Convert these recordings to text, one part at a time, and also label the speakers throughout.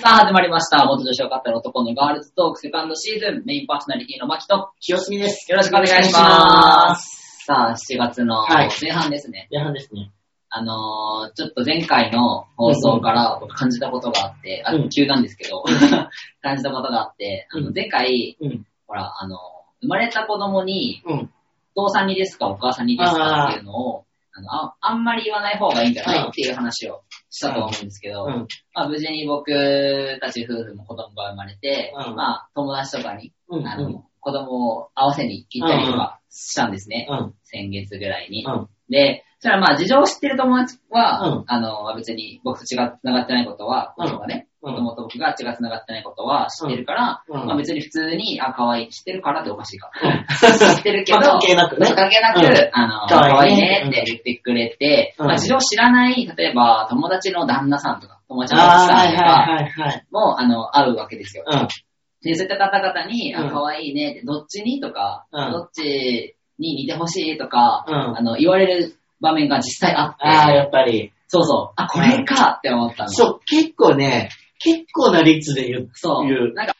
Speaker 1: さあ、始まりました。元女子を語る男のガールズトークセカンドシーズン、メインパーソナリティのマキと、
Speaker 2: 清澄です。
Speaker 1: よろしくお願いし
Speaker 2: お願
Speaker 1: ま
Speaker 2: いし
Speaker 1: す。さあ、7月の
Speaker 2: はい
Speaker 1: 前半ですね。
Speaker 2: 前半ですね。
Speaker 1: あのー、ちょっと前回の放送から感じたことがあって、あ
Speaker 2: うん
Speaker 1: 急なんですけど、感じたことがあって、あ
Speaker 2: う
Speaker 1: の
Speaker 2: ん
Speaker 1: 前回、
Speaker 2: うん。
Speaker 1: ほら、あの、生まれた子供に、
Speaker 2: うん。
Speaker 1: お父さんにですか、お母さんにですかっていうのを、あのああんまり言わない方がいいんじゃないっていう話をしたと思うんですけど、
Speaker 2: うん。
Speaker 1: まあ、無事に僕たち夫婦も子供が生まれて、
Speaker 2: うん
Speaker 1: まあ、友達とかに、
Speaker 2: うん。うん。
Speaker 1: あ
Speaker 2: う
Speaker 1: の、
Speaker 2: ん。
Speaker 1: 子供を合わせに行ったりとかしたんですね。
Speaker 2: うん。
Speaker 1: 先月ぐらいに。
Speaker 2: うん。
Speaker 1: で、それはまあ、事情を知ってる友達は、
Speaker 2: うん
Speaker 1: あの、別に僕と違って繋がってないことは、
Speaker 2: うん
Speaker 1: 僕がね、
Speaker 2: うん
Speaker 1: 子供と僕が違って繋がってないことは知ってるから、
Speaker 2: うんうん
Speaker 1: まあ別に普通に、あ、可愛い、知ってるからっておかしいか。
Speaker 2: うん
Speaker 1: 知ってるけど、
Speaker 2: まあ関係なくね
Speaker 1: 関係なく、
Speaker 2: うん
Speaker 1: あの、
Speaker 2: 可
Speaker 1: 可愛い
Speaker 2: 愛い
Speaker 1: ね
Speaker 2: ね
Speaker 1: って言ってくれて、
Speaker 2: うん
Speaker 1: まあ事情知らない、例えば友達の旦那さんとか、友達の
Speaker 2: ああ、
Speaker 1: 奥
Speaker 2: は
Speaker 1: さん
Speaker 2: い
Speaker 1: とか
Speaker 2: はいはいはい。
Speaker 1: も、あの、会うわけですよ。
Speaker 2: うん。
Speaker 1: で、そういった方々に、あ
Speaker 2: うん
Speaker 1: 可愛いねって、どっちにとか、
Speaker 2: うん
Speaker 1: どっちに似てほしいとか、
Speaker 2: うん
Speaker 1: あの、言われる場面が実際あって、
Speaker 2: ああ、やっぱり。
Speaker 1: そうそう、あ、これかって思ったの。
Speaker 2: そう、結構ね、結構な率で言う。
Speaker 1: そう
Speaker 2: 言う
Speaker 1: なんか、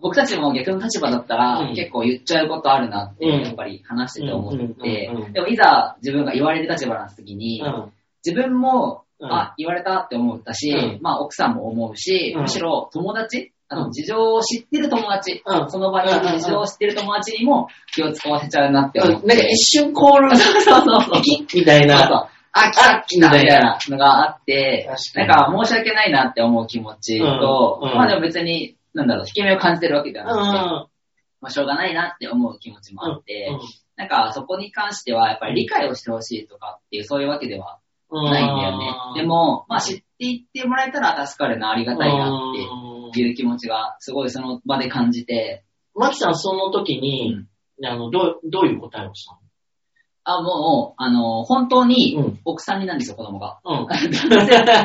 Speaker 1: 僕たちも逆の立場だったら、
Speaker 2: うん
Speaker 1: 結構言っちゃうことあるなって、
Speaker 2: うん
Speaker 1: やっぱり話してて思って、
Speaker 2: うんうんうんうん
Speaker 1: でもいざ自分が言われる立場の時に、
Speaker 2: うん。
Speaker 1: 自分も、
Speaker 2: うん
Speaker 1: あ、言われたって思ったし、
Speaker 2: うん
Speaker 1: まあ奥さんも思うし、
Speaker 2: うん
Speaker 1: むしろ友達、あ
Speaker 2: う
Speaker 1: の、
Speaker 2: ん
Speaker 1: 事情を知ってる友達、
Speaker 2: うん
Speaker 1: その場にいる事情を知ってる友達にも気を使わせちゃうなって
Speaker 2: な
Speaker 1: 思
Speaker 2: ん
Speaker 1: っ
Speaker 2: か
Speaker 1: て。
Speaker 2: 一瞬コール、
Speaker 1: そうそうそうそう。
Speaker 2: みたい
Speaker 1: そう
Speaker 2: な。
Speaker 1: そうあ、来た、来た、
Speaker 2: あ
Speaker 1: みたいなのがあって、な
Speaker 2: 確
Speaker 1: ん
Speaker 2: か
Speaker 1: か申し訳ないなって思う気持ちと、
Speaker 2: うんうん
Speaker 1: まあでも別に、なんだろう、引け目を感じてるわけでは
Speaker 2: う
Speaker 1: なくて、
Speaker 2: ん。
Speaker 1: まあしょうがないなって思う気持ちもあって、なんかそこに関してはやっぱり理解をしてほしいとかっていうそういうわけでは
Speaker 2: うん。
Speaker 1: ないんだよね。でも、まあ知っていってもらえたら助かるな、あり
Speaker 2: う
Speaker 1: が
Speaker 2: ん、
Speaker 1: たいなっていう気持ちがすごいその場で感じて、
Speaker 2: マキさん、その時に、あの、どう、どういう答えをした
Speaker 1: あ、もう、あの、本当に
Speaker 2: のうん。
Speaker 1: 奥さんになるんですよ、子供が。
Speaker 2: うん。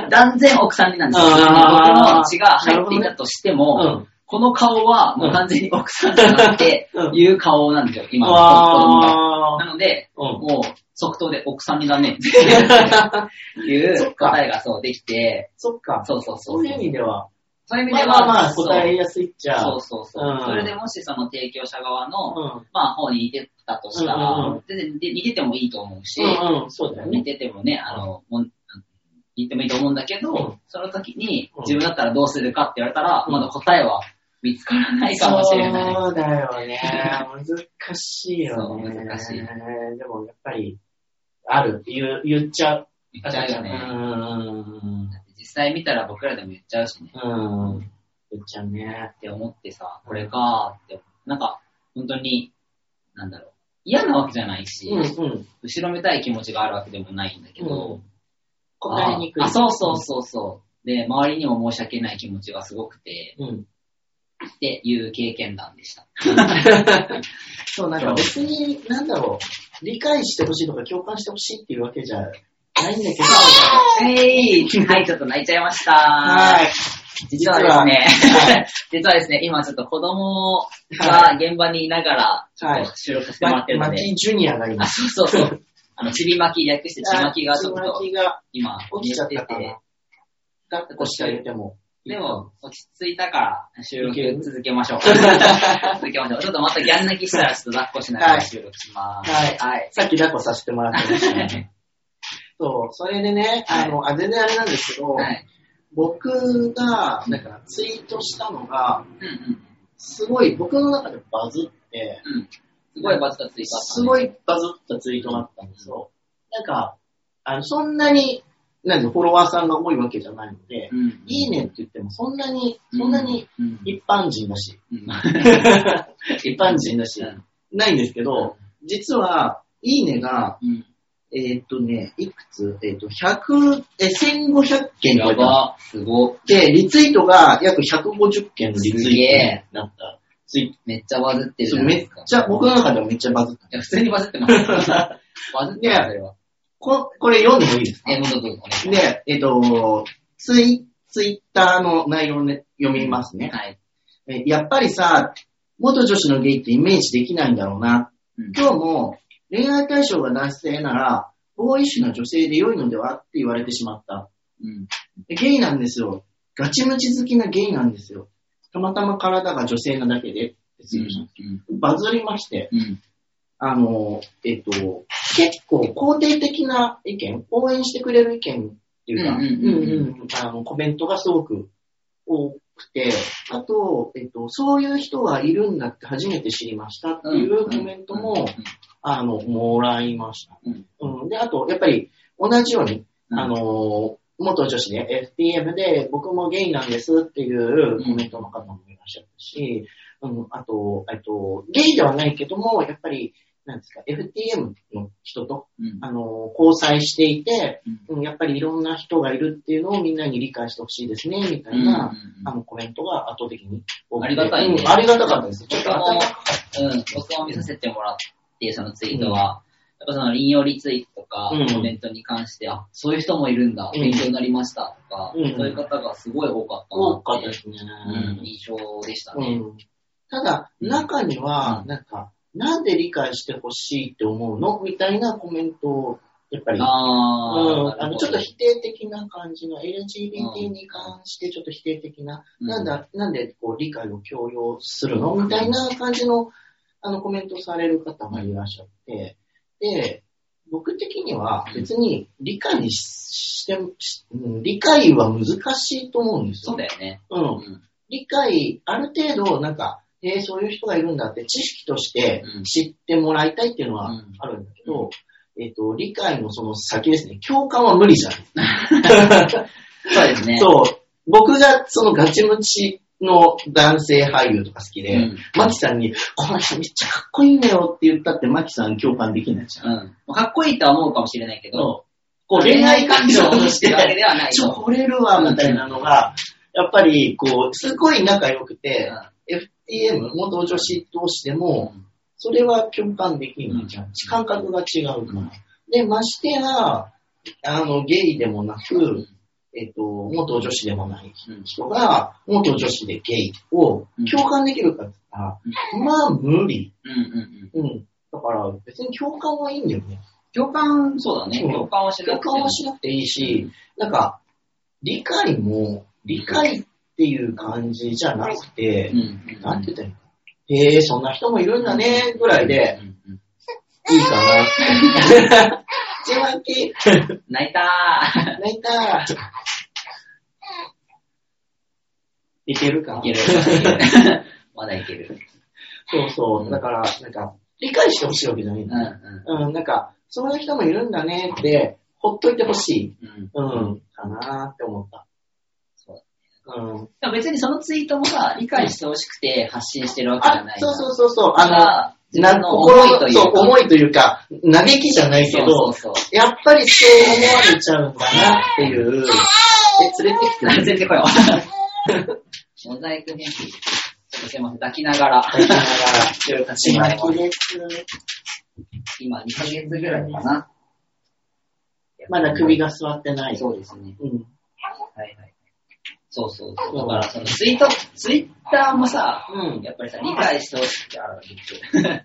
Speaker 1: 断然奥さんになるんですよ。僕
Speaker 2: あー
Speaker 1: の血が入っていたとしても、
Speaker 2: うん。
Speaker 1: この顔はもう完全に奥さんだなって
Speaker 2: うん
Speaker 1: いう顔なんですよ、今の子供が。
Speaker 2: あ
Speaker 1: なので、
Speaker 2: ーうん。
Speaker 1: もう即答で奥さんにだねってい
Speaker 2: そうっか
Speaker 1: 答えがそうできて、
Speaker 2: そっか。
Speaker 1: そうそうそう。
Speaker 2: そういう意味では。
Speaker 1: そういう意味で
Speaker 2: まあ
Speaker 1: は、
Speaker 2: まあまあ、
Speaker 1: そう
Speaker 2: 答えやすいっちゃ。
Speaker 1: そうそうそう。
Speaker 2: うん
Speaker 1: それでもしその提供者側の、
Speaker 2: う
Speaker 1: まあ方に似てたとしたら、
Speaker 2: うんうんう
Speaker 1: 全然似ててもいいと思うし、
Speaker 2: ん。うんうん、そうだよ
Speaker 1: 似
Speaker 2: ね。
Speaker 1: ててもね、あの、もん似てもいいと思うんだけど、
Speaker 2: うん
Speaker 1: その時に
Speaker 2: うん
Speaker 1: 自分だったらどうするかって言われたら、
Speaker 2: うん
Speaker 1: まだ答えは見つからないかもしれない。
Speaker 2: そうだよね。難しいよね。
Speaker 1: そう難しい
Speaker 2: でもやっぱり、ある。言う言っちゃう。
Speaker 1: 言っちゃうよね。
Speaker 2: うん。
Speaker 1: だって実際見たら僕らでも言っちゃうしね。
Speaker 2: うん。言っちゃうね。
Speaker 1: って思ってさ、これかーって。なんか、本当に、なんだろう。嫌なわけじゃないし、
Speaker 2: うんうん。
Speaker 1: 後ろめたい気持ちがあるわけでもないんだけど、
Speaker 2: 答えにくい。
Speaker 1: ああ、そうそうそうそう。で、周りにも申し訳ない気持ちがすごくて、
Speaker 2: うん。
Speaker 1: っていう経験談でした。
Speaker 2: そう、なんか別に、なんだろう。理解してほしいとか共感してほしいっていうわけじゃないんだけど、
Speaker 1: えいはい、ちょっと泣いちゃいました。
Speaker 2: はい。
Speaker 1: 実はですね、
Speaker 2: は
Speaker 1: 実はですね、今ちょっと子供が現場にいながら、ちょ
Speaker 2: は
Speaker 1: っ
Speaker 2: い
Speaker 1: と収録してもら
Speaker 2: マ
Speaker 1: ってるので、
Speaker 2: キジュニアがいま
Speaker 1: あ、
Speaker 2: す。
Speaker 1: そうそうそう。あの、ちびまき、略してちびまきがちょっ
Speaker 2: ちま
Speaker 1: と
Speaker 2: きが
Speaker 1: 今、
Speaker 2: 起きちゃっ
Speaker 1: 寝
Speaker 2: たか
Speaker 1: て
Speaker 2: な。抱っこしてあげても。
Speaker 1: て、でも、落ち着いたから収録続けましょう。 続けましょう。ちょっとまたギャン泣きしたらちょっと抱っこしながら収録します。
Speaker 2: はい
Speaker 1: はい。
Speaker 2: さっき抱っこさせてもら ってましたね。そう、それでね、
Speaker 1: はい
Speaker 2: あの、あ、全然あれなんですけど、
Speaker 1: はい。
Speaker 2: 僕が、なんかツイートしたのが、
Speaker 1: うんうん。
Speaker 2: すごい僕の中でバズって、
Speaker 1: うん。すごいバズったツイートあった、ね。
Speaker 2: すご
Speaker 1: い。
Speaker 2: いバズったツイートだったんですよ。なんか、あの、そんなに、なんでフォロワーさんが多いわけじゃないので、
Speaker 1: うん。
Speaker 2: いいねって言ってもそんなに、そんなに
Speaker 1: うん。
Speaker 2: 一般人だし、
Speaker 1: うん。
Speaker 2: 一般人だし、ないんですけど、実は、いいねが、
Speaker 1: うん。
Speaker 2: えーっとね、いくつえーっと、100、え、1500件
Speaker 1: や
Speaker 2: とか
Speaker 1: ば。すご。
Speaker 2: で、リツイートが約150件のリツイートになった。ツイ
Speaker 1: めっちゃバズってるじ
Speaker 2: ート。
Speaker 1: ゃない
Speaker 2: め
Speaker 1: です
Speaker 2: っ
Speaker 1: か。
Speaker 2: ちゃ、僕の中でもめっちゃバズった。
Speaker 1: いや、普通にバズってます。バズってます、
Speaker 2: ね
Speaker 1: それは。
Speaker 2: ここれ読んでもいいですか
Speaker 1: え、もうどうぞ、お願いします。
Speaker 2: で、えっと、ツイ、ツイッターの内容をね、読みますね。
Speaker 1: はい。
Speaker 2: えやっぱりさ、元女子のゲイってイメージできないんだろうな。
Speaker 1: うん
Speaker 2: 今日も恋愛対象が男性なら、ボーイッシュな女性で良いのではって言われてしまった。
Speaker 1: うん。
Speaker 2: ゲイなんですよ。ガチムチ好きなゲイなんですよ。たまたま体が女性なだけで、
Speaker 1: うんうん
Speaker 2: バズりまして、
Speaker 1: うん
Speaker 2: あの、えっと、結構肯定的な意見、応援してくれる意見っていうか、
Speaker 1: うんうんうんうん
Speaker 2: うんうんあのコメントがすごく多くて、あと、えっと、そういう人がいるんだって初めて知りましたっていうコメントも、あの、もらいました。
Speaker 1: うん
Speaker 2: うん、で、あと、やっぱり、同じように、
Speaker 1: うん
Speaker 2: あのー、元女子ね、FPM で、僕もゲイなんですっていうコメントの方もいらっしゃったし、うん、あと、えっと、ゲイではないけども、やっぱり、なんですか、FTM の人と、
Speaker 1: うん
Speaker 2: あのー、交際していて、
Speaker 1: うん
Speaker 2: うん、やっぱりいろんな人がいるっていうのをみんなに理解してほしいですね、みたいな、あの、コメントが圧倒的に多くて
Speaker 1: ありがたいね
Speaker 2: うんありがたかったです。ちょっと頭が
Speaker 1: うん、僕も見させてもらって、そのツイートは、やっぱその引用リツイートとか、
Speaker 2: うん
Speaker 1: コメントに関して、あ、そういう人もいるんだ、
Speaker 2: うん
Speaker 1: 勉強になりましたとか、
Speaker 2: うん
Speaker 1: そういう方がすごい多かったな
Speaker 2: 多かった
Speaker 1: い
Speaker 2: で
Speaker 1: う、
Speaker 2: すね。
Speaker 1: うん、印象でしたね。
Speaker 2: うんただ、
Speaker 1: うん
Speaker 2: 中には、
Speaker 1: うん
Speaker 2: なんか、なんで理解してほしいって思うのみたいなコメントを、やっぱり、
Speaker 1: あー、
Speaker 2: うん
Speaker 1: な
Speaker 2: あ
Speaker 1: る
Speaker 2: の
Speaker 1: ほ
Speaker 2: ちょ
Speaker 1: ど
Speaker 2: っと否定的な感じの LGBT に関してちょっと否定的な、
Speaker 1: うん
Speaker 2: なんだ、なんでこう理解を強要するのみたいな感じのあのコメントされる方がいらっしゃって、で、僕的には別に理解にししてしうん理解は難しいと思うんですよ。
Speaker 1: そうだよね。
Speaker 2: う。
Speaker 1: うん
Speaker 2: 理解、ある程度、なんか、えーそういう人がいるんだって知識として
Speaker 1: うん
Speaker 2: 知ってもらいたいっていうのは
Speaker 1: うん
Speaker 2: あるんだけど、えっ、と、理解のその先ですね、共感は無理じゃん。
Speaker 1: そうですね。
Speaker 2: そう。僕がそのガチムチの男性俳優とか好きで、
Speaker 1: うん
Speaker 2: マキさんに、この人めっちゃかっこいいんだよって言ったってマキさん共感できないじゃん。
Speaker 1: うん。かっこいいとは思うかもしれないけど、
Speaker 2: そうこう恋愛感情として
Speaker 1: るわけではない
Speaker 2: ちょ、
Speaker 1: と。
Speaker 2: 惚れるわ、みたいなのが、やっぱり、こう、すごい仲良くて、FTM、元女子同士でも、それは共感できないじゃん。感覚が違うから。で、ましてや、あの、ゲイでもなく、えっと、元女子でもない
Speaker 1: うん
Speaker 2: 人が、元女子でゲイを
Speaker 1: うん
Speaker 2: 共感できるかって言ったら、まあ、無理。
Speaker 1: うんうんうん。
Speaker 2: うん。だから、別に共感はいいんだよね。
Speaker 1: 共感、そうだね。
Speaker 2: うん
Speaker 1: 共感はしな
Speaker 2: 共
Speaker 1: くて
Speaker 2: 感
Speaker 1: も
Speaker 2: は。しなくていいし、なんか、理解も、理解っていう感じじゃなくて、
Speaker 1: うん。
Speaker 2: なんて言ったらいいのへえ、そんな人もいるんだね、ぐらいで、
Speaker 1: うんうん
Speaker 2: いいかなって。一番き、
Speaker 1: 泣いた
Speaker 2: 泣いた。いけるか
Speaker 1: ー。いけ る。いけるまだいける。
Speaker 2: そうそう。だから、なんか、理解してほしいわけじゃないん
Speaker 1: うん
Speaker 2: だ。うん、なんか、そういう人もいるんだねって、ほっといてほしい。
Speaker 1: うん。うん。
Speaker 2: うん、かなーって思った。
Speaker 1: そう
Speaker 2: うん。
Speaker 1: でも別にそのツイートもさ、理解してほしくて発信してるわけじゃ
Speaker 2: あ
Speaker 1: ない、じゃ
Speaker 2: そ
Speaker 1: ん
Speaker 2: うそうそうそう。
Speaker 1: た
Speaker 2: あの、
Speaker 1: だ
Speaker 2: な
Speaker 1: 自分の
Speaker 2: 心
Speaker 1: 思いと
Speaker 2: の
Speaker 1: いう
Speaker 2: そう
Speaker 1: か
Speaker 2: 思いというか、嘆きじゃないけ
Speaker 1: そう
Speaker 2: ど、
Speaker 1: そうそう。
Speaker 2: やっぱりそう思われちゃうんだなっていう。え、連れてきて
Speaker 1: あ全然来いよ。モザイク編集。ちょっとすいません、抱きながら。
Speaker 2: だから、立ち巻きです。
Speaker 1: 今、2ヶ月ぐらいかな。
Speaker 2: まだ首が座ってない。
Speaker 1: そうですね。
Speaker 2: うん。
Speaker 1: はいはい。そうそう。だから、そのツイート、ツイッターもさ、
Speaker 2: うん
Speaker 1: やっぱりさ、理解してほしくて、あ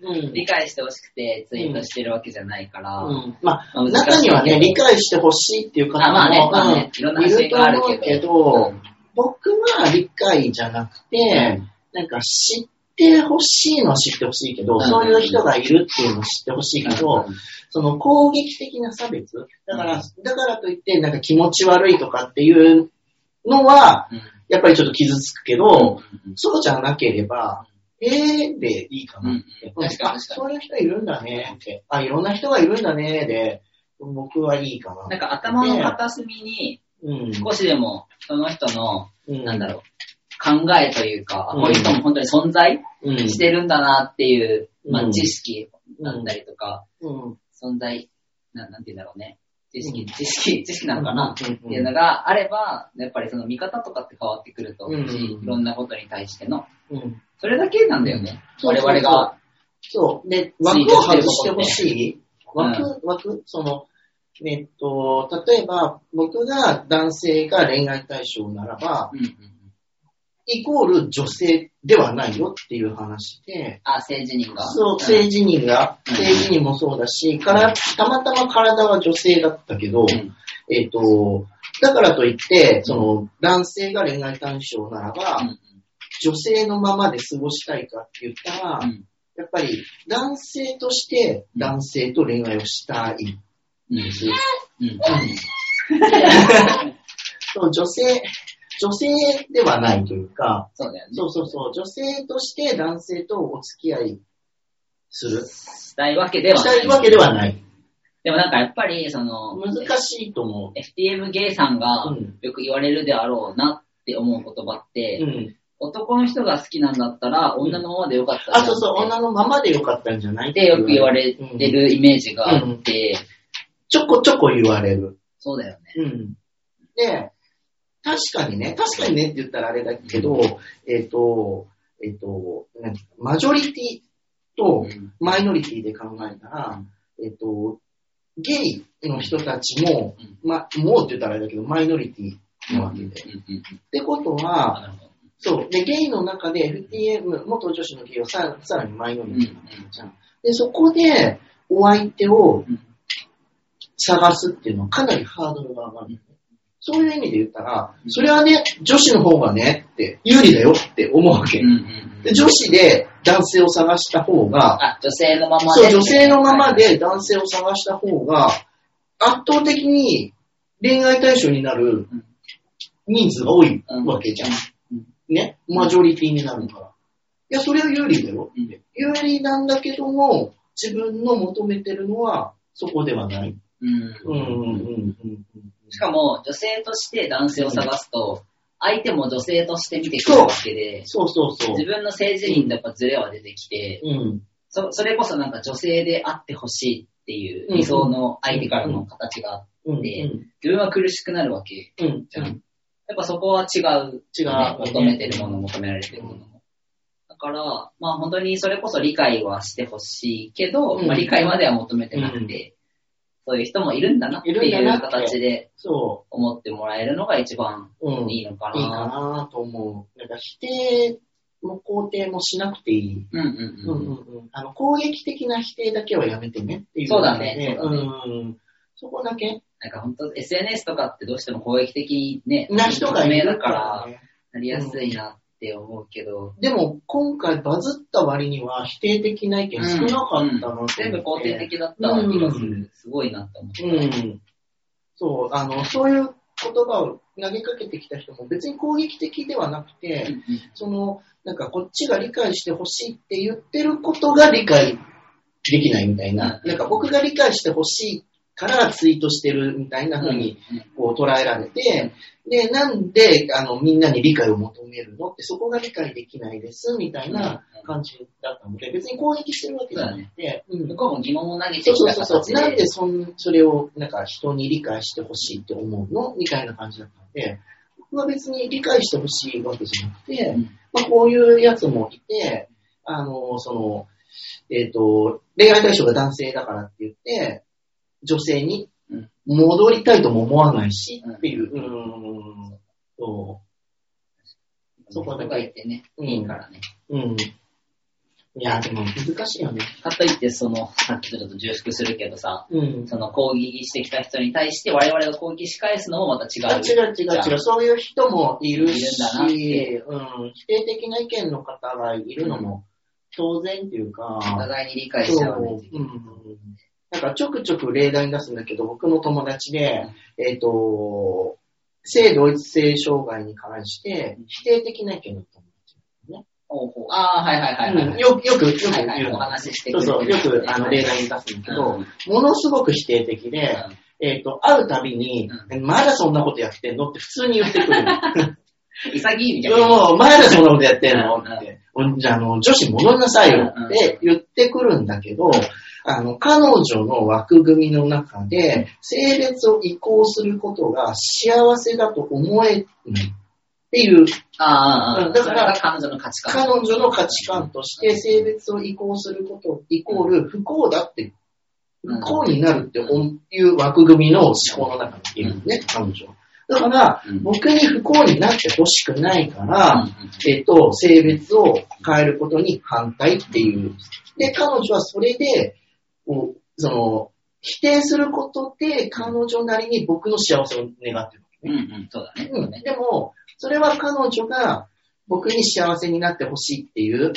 Speaker 1: ー
Speaker 2: うん。
Speaker 1: 理解してほしくてツイートしてるわけじゃないから、
Speaker 2: うん、まあ、
Speaker 1: 難しい
Speaker 2: 中にはね、理解してほしいっていう方も、
Speaker 1: あまあねまあね
Speaker 2: うん
Speaker 1: いろんな発言があるけど
Speaker 2: いると思う
Speaker 1: う
Speaker 2: けど
Speaker 1: ん
Speaker 2: 僕は理解じゃなくて、
Speaker 1: ん
Speaker 2: なんか知ってほしいのは知ってほしいけど、
Speaker 1: うん
Speaker 2: そういう人がいるっていうのは知ってほしいけど、
Speaker 1: うん
Speaker 2: その攻撃的な差別だから、だからといって、なんか気持ち悪いとかっていうのは、
Speaker 1: う
Speaker 2: やっぱりちょっと傷つくけど、
Speaker 1: ん
Speaker 2: そうじゃなければ、えーでいいかなって。
Speaker 1: うん確かに
Speaker 2: あそういう人いるんだねって。あ、いろんな人がいるんだねで、僕はいいかな。
Speaker 1: なんか頭の片隅に
Speaker 2: うん。
Speaker 1: 少しでもその人の、
Speaker 2: うん
Speaker 1: なんだろう、考えというか、あ
Speaker 2: うん
Speaker 1: こういう人も本当に存在
Speaker 2: うん。
Speaker 1: してるんだなっていう、ま
Speaker 2: う
Speaker 1: あ、
Speaker 2: ん
Speaker 1: 知識だったりとか、
Speaker 2: うん。
Speaker 1: 存在な、なんて言うんだろうね。知識、知識、 知識なのかな、
Speaker 2: うんうん
Speaker 1: っていうのがあれば、やっぱりその見方とかって変わってくると思うし、
Speaker 2: うん
Speaker 1: いろんなことに対しての。
Speaker 2: うん。
Speaker 1: それだけなんだよね。
Speaker 2: そうそうそう
Speaker 1: 我々が。
Speaker 2: そう。で、
Speaker 1: ツ
Speaker 2: 枠
Speaker 1: イート
Speaker 2: を
Speaker 1: して
Speaker 2: 外
Speaker 1: る
Speaker 2: して
Speaker 1: こと
Speaker 2: ほ
Speaker 1: って
Speaker 2: しい枠、枠、その、えっと、例えば、僕が男性が恋愛対象ならば、
Speaker 1: うんうんうん
Speaker 2: イコール女性ではないよっていう話で、
Speaker 1: あ、政治人が。
Speaker 2: そう、
Speaker 1: ん
Speaker 2: 性自認が、
Speaker 1: うん
Speaker 2: 性自認もそうだし、からたまたま体は女性だったけど、
Speaker 1: うん
Speaker 2: えっと、だからといって、その、男性が恋愛対象ならば、
Speaker 1: うん
Speaker 2: 女性のままで過ごしたいかって言ったら、
Speaker 1: うん
Speaker 2: やっぱり男性として男性と恋愛をしたいん
Speaker 1: うん
Speaker 2: ですよ。
Speaker 1: うん
Speaker 2: そう女性、女性ではないというか、
Speaker 1: そうだよね。
Speaker 2: そうそうそう、女性として男性とお付き合いする。
Speaker 1: したいわけでは
Speaker 2: したいわけではない。
Speaker 1: でもなんかやっぱり、その、
Speaker 2: 難しいと思
Speaker 1: FTM ゲイさん
Speaker 2: う
Speaker 1: が
Speaker 2: ん
Speaker 1: よく言われるであろうなって思う言葉っ
Speaker 2: う。
Speaker 1: て、
Speaker 2: うん。
Speaker 1: 男の人が好きなんだったら女のままでよかった
Speaker 2: あ、そうそう、
Speaker 1: 女
Speaker 2: 女のままでよかったんじゃない
Speaker 1: でよく言われ
Speaker 2: うん
Speaker 1: てるイメージがあって、
Speaker 2: ちょこちょこ言われる。
Speaker 1: そうだよね。
Speaker 2: うん。で、確かにね、確かにねって言ったらあれだけど、えっ、と、えっ、と、なんていうかマジョリティと
Speaker 1: うん
Speaker 2: マイノリティで考えたら、えっ、と、ゲイの人たちも、ま、もうって言ったらあれだけど、マイノリティなわけで。っ
Speaker 1: うんうん
Speaker 2: てことは、
Speaker 1: なるほど
Speaker 2: そう、で、ゲイの中で FTM、元女子のゲイはささらにマイノ
Speaker 1: う
Speaker 2: リ
Speaker 1: んう
Speaker 2: ティ
Speaker 1: ん
Speaker 2: じゃん。で、そこで、お相手を
Speaker 1: うん
Speaker 2: 探すっていうのはかなりハードルが上がる。そういう意味で言ったら、それはね、女子の方がね、って、有利だよって思うわけ
Speaker 1: う。んうん
Speaker 2: で女子で男性を探した方が、
Speaker 1: あ、女性のままで。
Speaker 2: そう、女性のままで男性を探した方が、圧倒的に恋愛対象になる
Speaker 1: うん
Speaker 2: 人数が多い
Speaker 1: うん。
Speaker 2: わけじゃん。
Speaker 1: うん。
Speaker 2: ね、マジョリティになるから。いや、それは有利だよ。
Speaker 1: うん
Speaker 2: 有利なんだけども、自分の求めてるのはそこではない。
Speaker 1: うん
Speaker 2: うんうん。
Speaker 1: しかも、女性として男性を探すと、相手も女性として見てくるわけで、
Speaker 2: そうそうそう
Speaker 1: 自。分の政治人とやっぱズレは出てきて、
Speaker 2: うん。
Speaker 1: そそれこそなんか女性であってほしいっていう理想の相手からの形が、
Speaker 2: うん。うん。
Speaker 1: で自分は苦しくなるわけ
Speaker 2: うん。うん
Speaker 1: じゃん。やっぱそこは違う。
Speaker 2: 違う
Speaker 1: ね求めてるもの、求められてるものも。だから、まあ本当にそれこそ理解はしてほしいけど、
Speaker 2: うん
Speaker 1: まあ理解までは求めてなくて、そういう人もいるんだなって
Speaker 2: いるん
Speaker 1: い
Speaker 2: だ
Speaker 1: う
Speaker 2: なって
Speaker 1: 形で
Speaker 2: そ
Speaker 1: 思ってもらえるのが一番
Speaker 2: う。うん。いい
Speaker 1: いいのか
Speaker 2: か
Speaker 1: な。
Speaker 2: なと思う。なんか否定も肯定もしなくていい。
Speaker 1: うんうん
Speaker 2: うんうんうん。あの、攻撃的な否定だけはやめてねっていう。
Speaker 1: そうだね
Speaker 2: う
Speaker 1: そ
Speaker 2: ん
Speaker 1: うだね
Speaker 2: うん。そこだけ。
Speaker 1: なんか本当 SNS とかってどうしても攻撃的ね、
Speaker 2: な人が
Speaker 1: 匿
Speaker 2: い
Speaker 1: 名だ
Speaker 2: る
Speaker 1: か
Speaker 2: からら、、
Speaker 1: なりやすいなって思うけど、
Speaker 2: でも、今回バズった割には否定的な意見少なかったので、
Speaker 1: 全部肯定的だった気がする。すごいなって思って。
Speaker 2: うん。そう、あの、そういう言葉を投げかけてきた人も別に攻撃的ではなく
Speaker 1: う
Speaker 2: て、
Speaker 1: んうん
Speaker 2: その、なんかこっちが理解してほしいって言ってることが理解できないみたいな、
Speaker 1: うん
Speaker 2: なんか僕が理解してほしいからツイートしてるみたいな風にこう捉えられて、で、なんで、あの、みんなに理解を求めるのって、そこが理解できないです、みたいな感じだったので、別に攻撃してるわけじゃなくて、う
Speaker 1: 向
Speaker 2: ん。
Speaker 1: こうも疑問を投げてき
Speaker 2: そうそう
Speaker 1: た
Speaker 2: そう
Speaker 1: 形で。
Speaker 2: そう。なんでそん、それを、なんか人に理解してほしいって思うのみたいな感じだったので、僕は別に理解してほしいわけじゃなくて、
Speaker 1: うん
Speaker 2: まあ、こういうやつもいて、あの、その、えっ、と、恋愛対象が男性だからって言って、女性に
Speaker 1: うん
Speaker 2: 戻りたいとも思わないし、っていう、うーん、そそこだけ
Speaker 1: とか言ってね、
Speaker 2: うん
Speaker 1: いいからね。
Speaker 2: う、うん。いや、でも難しいよね。
Speaker 1: かといって、その、さっきとちょっと重縮するけどさ、
Speaker 2: うん。
Speaker 1: その攻撃してきた人に対して我々が攻撃し返すのもまた違
Speaker 2: あ
Speaker 1: う。
Speaker 2: 違う違う違う、そういう人もいる
Speaker 1: いるん
Speaker 2: し、
Speaker 1: だなって
Speaker 2: うん、否定的な意見の方がいるのも当然っていう
Speaker 1: お
Speaker 2: か、
Speaker 1: 互いに理解し
Speaker 2: そ
Speaker 1: 合わないうといけ
Speaker 2: う
Speaker 1: ない。
Speaker 2: ん、なんかちょくちょく例題に出すんだけど、僕の友達で、えっ、と、性同一性障害に関して否定的な意見の友
Speaker 1: ほうほうああ、はいはいはい
Speaker 2: 達、
Speaker 1: はい
Speaker 2: うん
Speaker 1: はい。
Speaker 2: よく、よく、よく
Speaker 1: はいはい
Speaker 2: 言う
Speaker 1: お
Speaker 2: の。
Speaker 1: 話しして
Speaker 2: そうそう、よくあの例
Speaker 1: 題
Speaker 2: 題に出すんだけど、ものすごく否定的で、えっ、と、会うたびに、まだそんなことやってんのって普通に言ってくる。
Speaker 1: 潔いみ
Speaker 2: い
Speaker 1: た
Speaker 2: や
Speaker 1: いな。
Speaker 2: もう、前らそんなことやってんの
Speaker 1: うん
Speaker 2: って。じゃあ、あの、女子戻りなさいよって言ってくるんだけど、あの、彼女の枠組みの中で、性別を移行することが幸せだと思えないっていう、
Speaker 1: ああ、ああ
Speaker 2: うんだから
Speaker 1: それが彼女の価値観。
Speaker 2: 彼女の価値観として、性別を移行することイコール不幸だって、
Speaker 1: うん
Speaker 2: 不幸になるっていう枠組みの思考の中にいるのね、彼女は。だから
Speaker 1: うん、
Speaker 2: 僕に不幸になってほしくないから、
Speaker 1: うんうん
Speaker 2: えっと、性別を変えることに反対っていう。で、彼女はそれで、こうその、否定することで、彼女なりに僕の幸せを願ってる。
Speaker 1: うんうん、そうだね。
Speaker 2: うん、でも、それは彼女が僕に幸せになってほしいっていう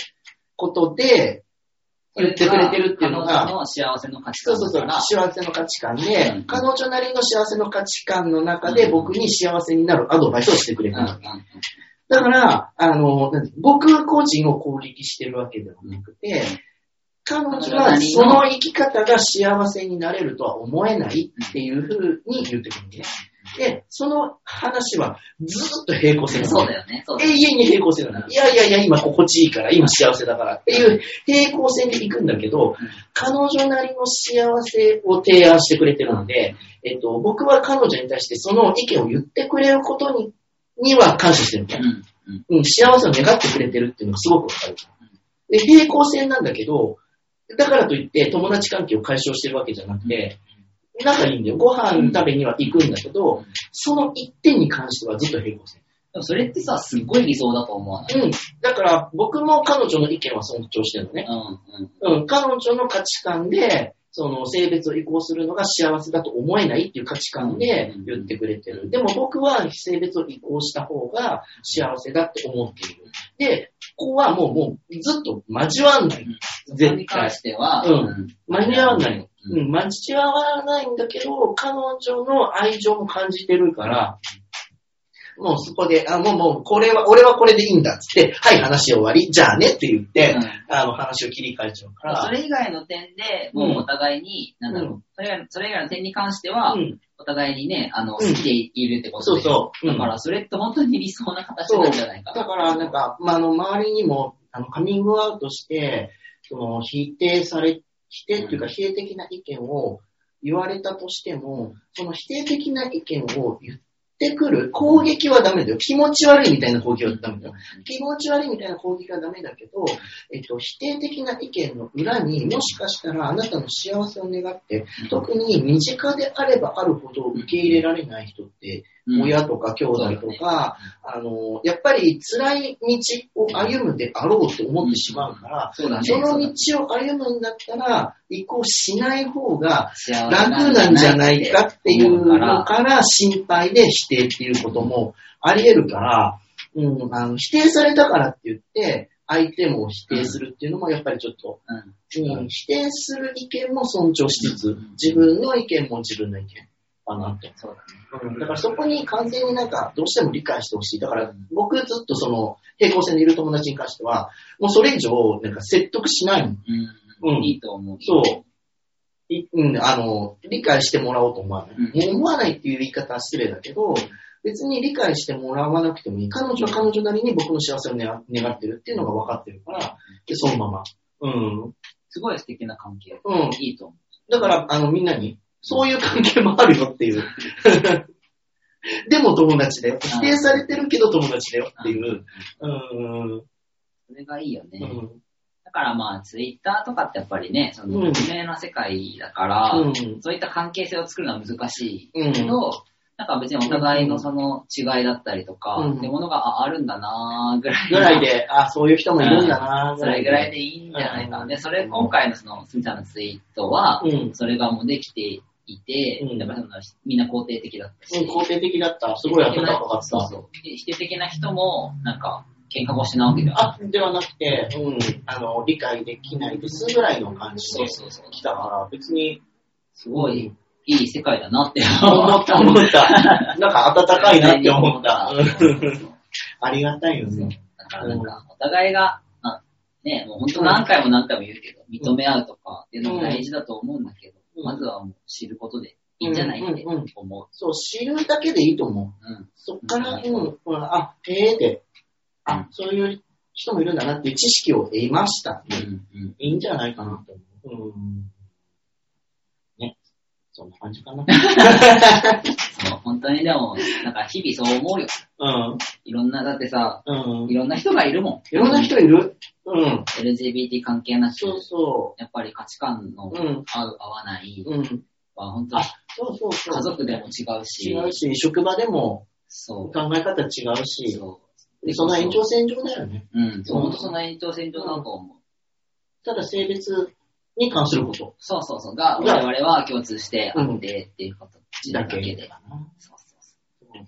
Speaker 2: ことで言ってくれてるっていう
Speaker 1: 彼女
Speaker 2: のが、
Speaker 1: の幸せの価値
Speaker 2: そう
Speaker 1: 観
Speaker 2: そうそ
Speaker 1: だ
Speaker 2: う
Speaker 1: から、
Speaker 2: 幸せの価値観で、
Speaker 1: うん
Speaker 2: 彼女なりの幸せの価値観の中で僕に幸せになるアドバイスをしてくれる。
Speaker 1: う
Speaker 2: だから、あの、なんて僕個人を攻撃してるわけではなくて、彼女はその生き方が幸せになれるとは思えないっていうふうに言ってくるんでね。で、その話はずっと平行線
Speaker 1: んうん、
Speaker 2: な
Speaker 1: そ
Speaker 2: の
Speaker 1: うだよね、そうだ
Speaker 2: 永
Speaker 1: よね。
Speaker 2: 遠に平行線なの。いやいやいや、今心地いいから、今幸せだからっていう平行線で行くんだけど、彼女なりの幸せを提案してくれてるので、えっと、僕は彼女に対してその意見を言ってくれることに、には感謝してるみたいな
Speaker 1: うんうん
Speaker 2: うん、幸せを願ってくれてるっていうのがすごくわかる。で、平行線なんだけど、だからといって友達関係を解消してるわけじゃなくて、仲いいんだよ。ご飯食べには行くんだけ
Speaker 1: う
Speaker 2: ど
Speaker 1: ん、
Speaker 2: その一点に関してはずっと平行線。
Speaker 1: でもそれってさ、すっごい理想だと思わない
Speaker 2: うん。だから僕も彼女の意見は尊重してるのね。
Speaker 1: うんうん
Speaker 2: うん。彼女の価値観で、その性別を移行するのが幸せだと思えないっていう価値観で言ってくれてる。でも僕は性別を移行した方が幸せだって思っている。で、ここはもう、もうずっと交わんない。
Speaker 1: そ
Speaker 2: 絶対
Speaker 1: こに関しては、
Speaker 2: うん交わんないの。
Speaker 1: う
Speaker 2: うんん、交わないんだけど、彼女の愛情も感じてるから、もうそこで、あ、もうもう、これは、俺はこれでいいんだっつって、はい、話終わり、じゃあねって言って、
Speaker 1: うん
Speaker 2: あの、話を切り替えちゃうか
Speaker 1: そ
Speaker 2: ら、
Speaker 1: れ以外の点で、
Speaker 2: うん
Speaker 1: もうお互いに、なんだろ
Speaker 2: う
Speaker 1: う、それ以外のそれ以外の点に関しては、
Speaker 2: うん、
Speaker 1: お互いにね、あの、
Speaker 2: ん
Speaker 1: 好きでいるってこと
Speaker 2: そう
Speaker 1: で、
Speaker 2: そう。うん
Speaker 1: だから、それって本当に理想な形なんじゃないか。
Speaker 2: だから、なんか、まあ、あの、周りにも、あの、カミングアウトして、その、否定され、否定っていうか、否定的な意見を言われたとしても、その否定的な意見を言ってくる攻撃はダメだよ。気持ち悪いみたいな攻撃はダメだよ。気持ち悪いみたいな攻撃はダメだけど、えっと、否定的な意見の裏にもしかしたらあなたの幸せを願って、特に身近であればあるほど受け入れられない人って
Speaker 1: うん、
Speaker 2: 親とか兄弟とか、あの、やっぱり辛い道を歩むであろうと思ってしまうから、
Speaker 1: そうだね。
Speaker 2: その
Speaker 1: そうだね
Speaker 2: 道を歩むんだったら、移行しない方が
Speaker 1: 幸せ
Speaker 2: 楽なんじゃないかっていう
Speaker 1: か
Speaker 2: の
Speaker 1: ら、
Speaker 2: から心配で否定っていうこともあり得るから、うん、あの否定されたからって言って、相手も否定するっていうのもやっぱりちょっと、
Speaker 1: うん
Speaker 2: うん、否定する意見も尊重しつ
Speaker 1: う
Speaker 2: つ
Speaker 1: ん、
Speaker 2: 自分の意見も自分の意見かなと。
Speaker 1: そうだね。
Speaker 2: うんだからそこに完全になんかどうしても理解してほしい。だから僕ずっとその平行線でいる友達に関しては、もうそれ以上なんか説得しないの。
Speaker 1: うん。
Speaker 2: うん
Speaker 1: いいと思う。
Speaker 2: そう。いうん、あの、理解してもらおうと思わない。
Speaker 1: うん
Speaker 2: もう思わないっていう言い方は失礼だけど、別に理解してもらわなくてもいい。彼女は彼女なりに僕の幸せを願願ってるっていうのが分かってるから、で、そのまま。うん。
Speaker 1: すごい素敵な関係。
Speaker 2: うん。
Speaker 1: いいと思う。
Speaker 2: だから、あの、みんなに、そういう関係もあるよっていう。でも友達だよ。否定されてるけど友達だよっていう。うん。
Speaker 1: それがいいよね。
Speaker 2: うん。
Speaker 1: だからまあ、ツイッターとかってやっぱりね、そ
Speaker 2: うん
Speaker 1: の、不明な世界だから、
Speaker 2: うん
Speaker 1: そういった関係性を作るのは難し
Speaker 2: う
Speaker 1: いけ
Speaker 2: ん。
Speaker 1: ど、なんか別にお互いのその違いだったりとか、
Speaker 2: うん
Speaker 1: ってものがああるんだなーぐらい。
Speaker 2: ぐらい。で、あ、そういう人もいるんだな
Speaker 1: それぐらい
Speaker 2: で。
Speaker 1: でいいんじゃないか
Speaker 2: う
Speaker 1: な。
Speaker 2: ん
Speaker 1: で、それ、今回のその、すみさんのツイートは、
Speaker 2: うん。
Speaker 1: それがもうできていて、
Speaker 2: うん
Speaker 1: やっぱその、みんな肯定的だったし、
Speaker 2: うん肯定的だった。すごい温かかっ
Speaker 1: そう
Speaker 2: た。
Speaker 1: そう。で否定的な人も、なんか、喧嘩腰なわけでは
Speaker 2: あ、ではなくて、うん。あの、理解できないですぐらいの感じ
Speaker 1: そ
Speaker 2: で
Speaker 1: うそうそう。
Speaker 2: 来たから、別に、
Speaker 1: すごい、いい世界だなって
Speaker 2: 思
Speaker 1: 思
Speaker 2: っ、
Speaker 1: ったた。
Speaker 2: 思 った。なんか温かいなって思った。
Speaker 1: そううんそうそう
Speaker 2: ありがたいよね。
Speaker 1: だからなんか、お互いが、まあ、ね、もう本当何回も何回も言うけど、認め合うとかっていうのも大事だと思うんだけど、
Speaker 2: うん
Speaker 1: まずはもう知ることでいいんじゃないって思う。
Speaker 2: そう、知るだけでいいと思う。
Speaker 1: うん。
Speaker 2: そっから、う
Speaker 1: うん
Speaker 2: ん、ほらあ、へえで、
Speaker 1: う
Speaker 2: あ
Speaker 1: ん、
Speaker 2: そういう人もいるんだなっていう知識を得ました。
Speaker 1: うん。うん。
Speaker 2: いいんじゃないかなと思う。うん。ね。そんな感じかな。
Speaker 1: そう、本当にでも、なんか日々そう思うよ。
Speaker 2: うん。
Speaker 1: いろんな、だってさ、
Speaker 2: うん。
Speaker 1: いろんな人がいるもん。
Speaker 2: いろんな人いるうん。
Speaker 1: LGBT 関係なく、
Speaker 2: そうそ
Speaker 1: やっぱり価値観の
Speaker 2: う。うん。
Speaker 1: 合う合わない
Speaker 2: うん。
Speaker 1: は本当に
Speaker 2: そうそうそう。
Speaker 1: 家族でも違うし、
Speaker 2: 違うし、職場でも
Speaker 1: そ
Speaker 2: 考
Speaker 1: う。
Speaker 2: え方違うし、
Speaker 1: そう。
Speaker 2: その延長線上だよね。
Speaker 1: うん、そう、本当その延長線上だと思う。
Speaker 2: ただ性別に関すること
Speaker 1: そうそうそう、が、
Speaker 2: が
Speaker 1: 我々は共通してあってっていうことだけで。
Speaker 2: だけだな。
Speaker 1: そうそうそ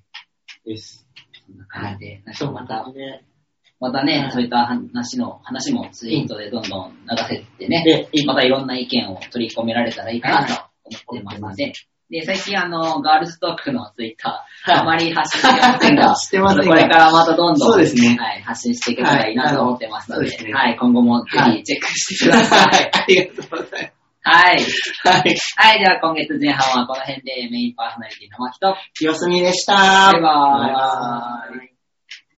Speaker 2: です。
Speaker 1: そんな感じで、なんかまた、
Speaker 2: ね。
Speaker 1: またね、そういった話の、話もツイートでどんどん流せてね、
Speaker 2: で、今、
Speaker 1: またいろんな意見を取り込められたらいいかなと思ってますね。で、最近あの、ガールズトークのツイッター、あまり発信してませんが、
Speaker 2: してませんが
Speaker 1: これからまたどんどん、
Speaker 2: そうですね
Speaker 1: はい、発信していけたらいいなと思ってますので、は
Speaker 2: はいそうです
Speaker 1: い、
Speaker 2: ね
Speaker 1: 今後もぜひチェックしてくださ。
Speaker 2: はいい、ありがとうござい
Speaker 1: はい。
Speaker 2: ます。はい、
Speaker 1: はい、では今月前半はこの辺でメインパーソナリティの牧と、
Speaker 2: 清澄でした。
Speaker 1: バイバーイ。
Speaker 2: バイバーイ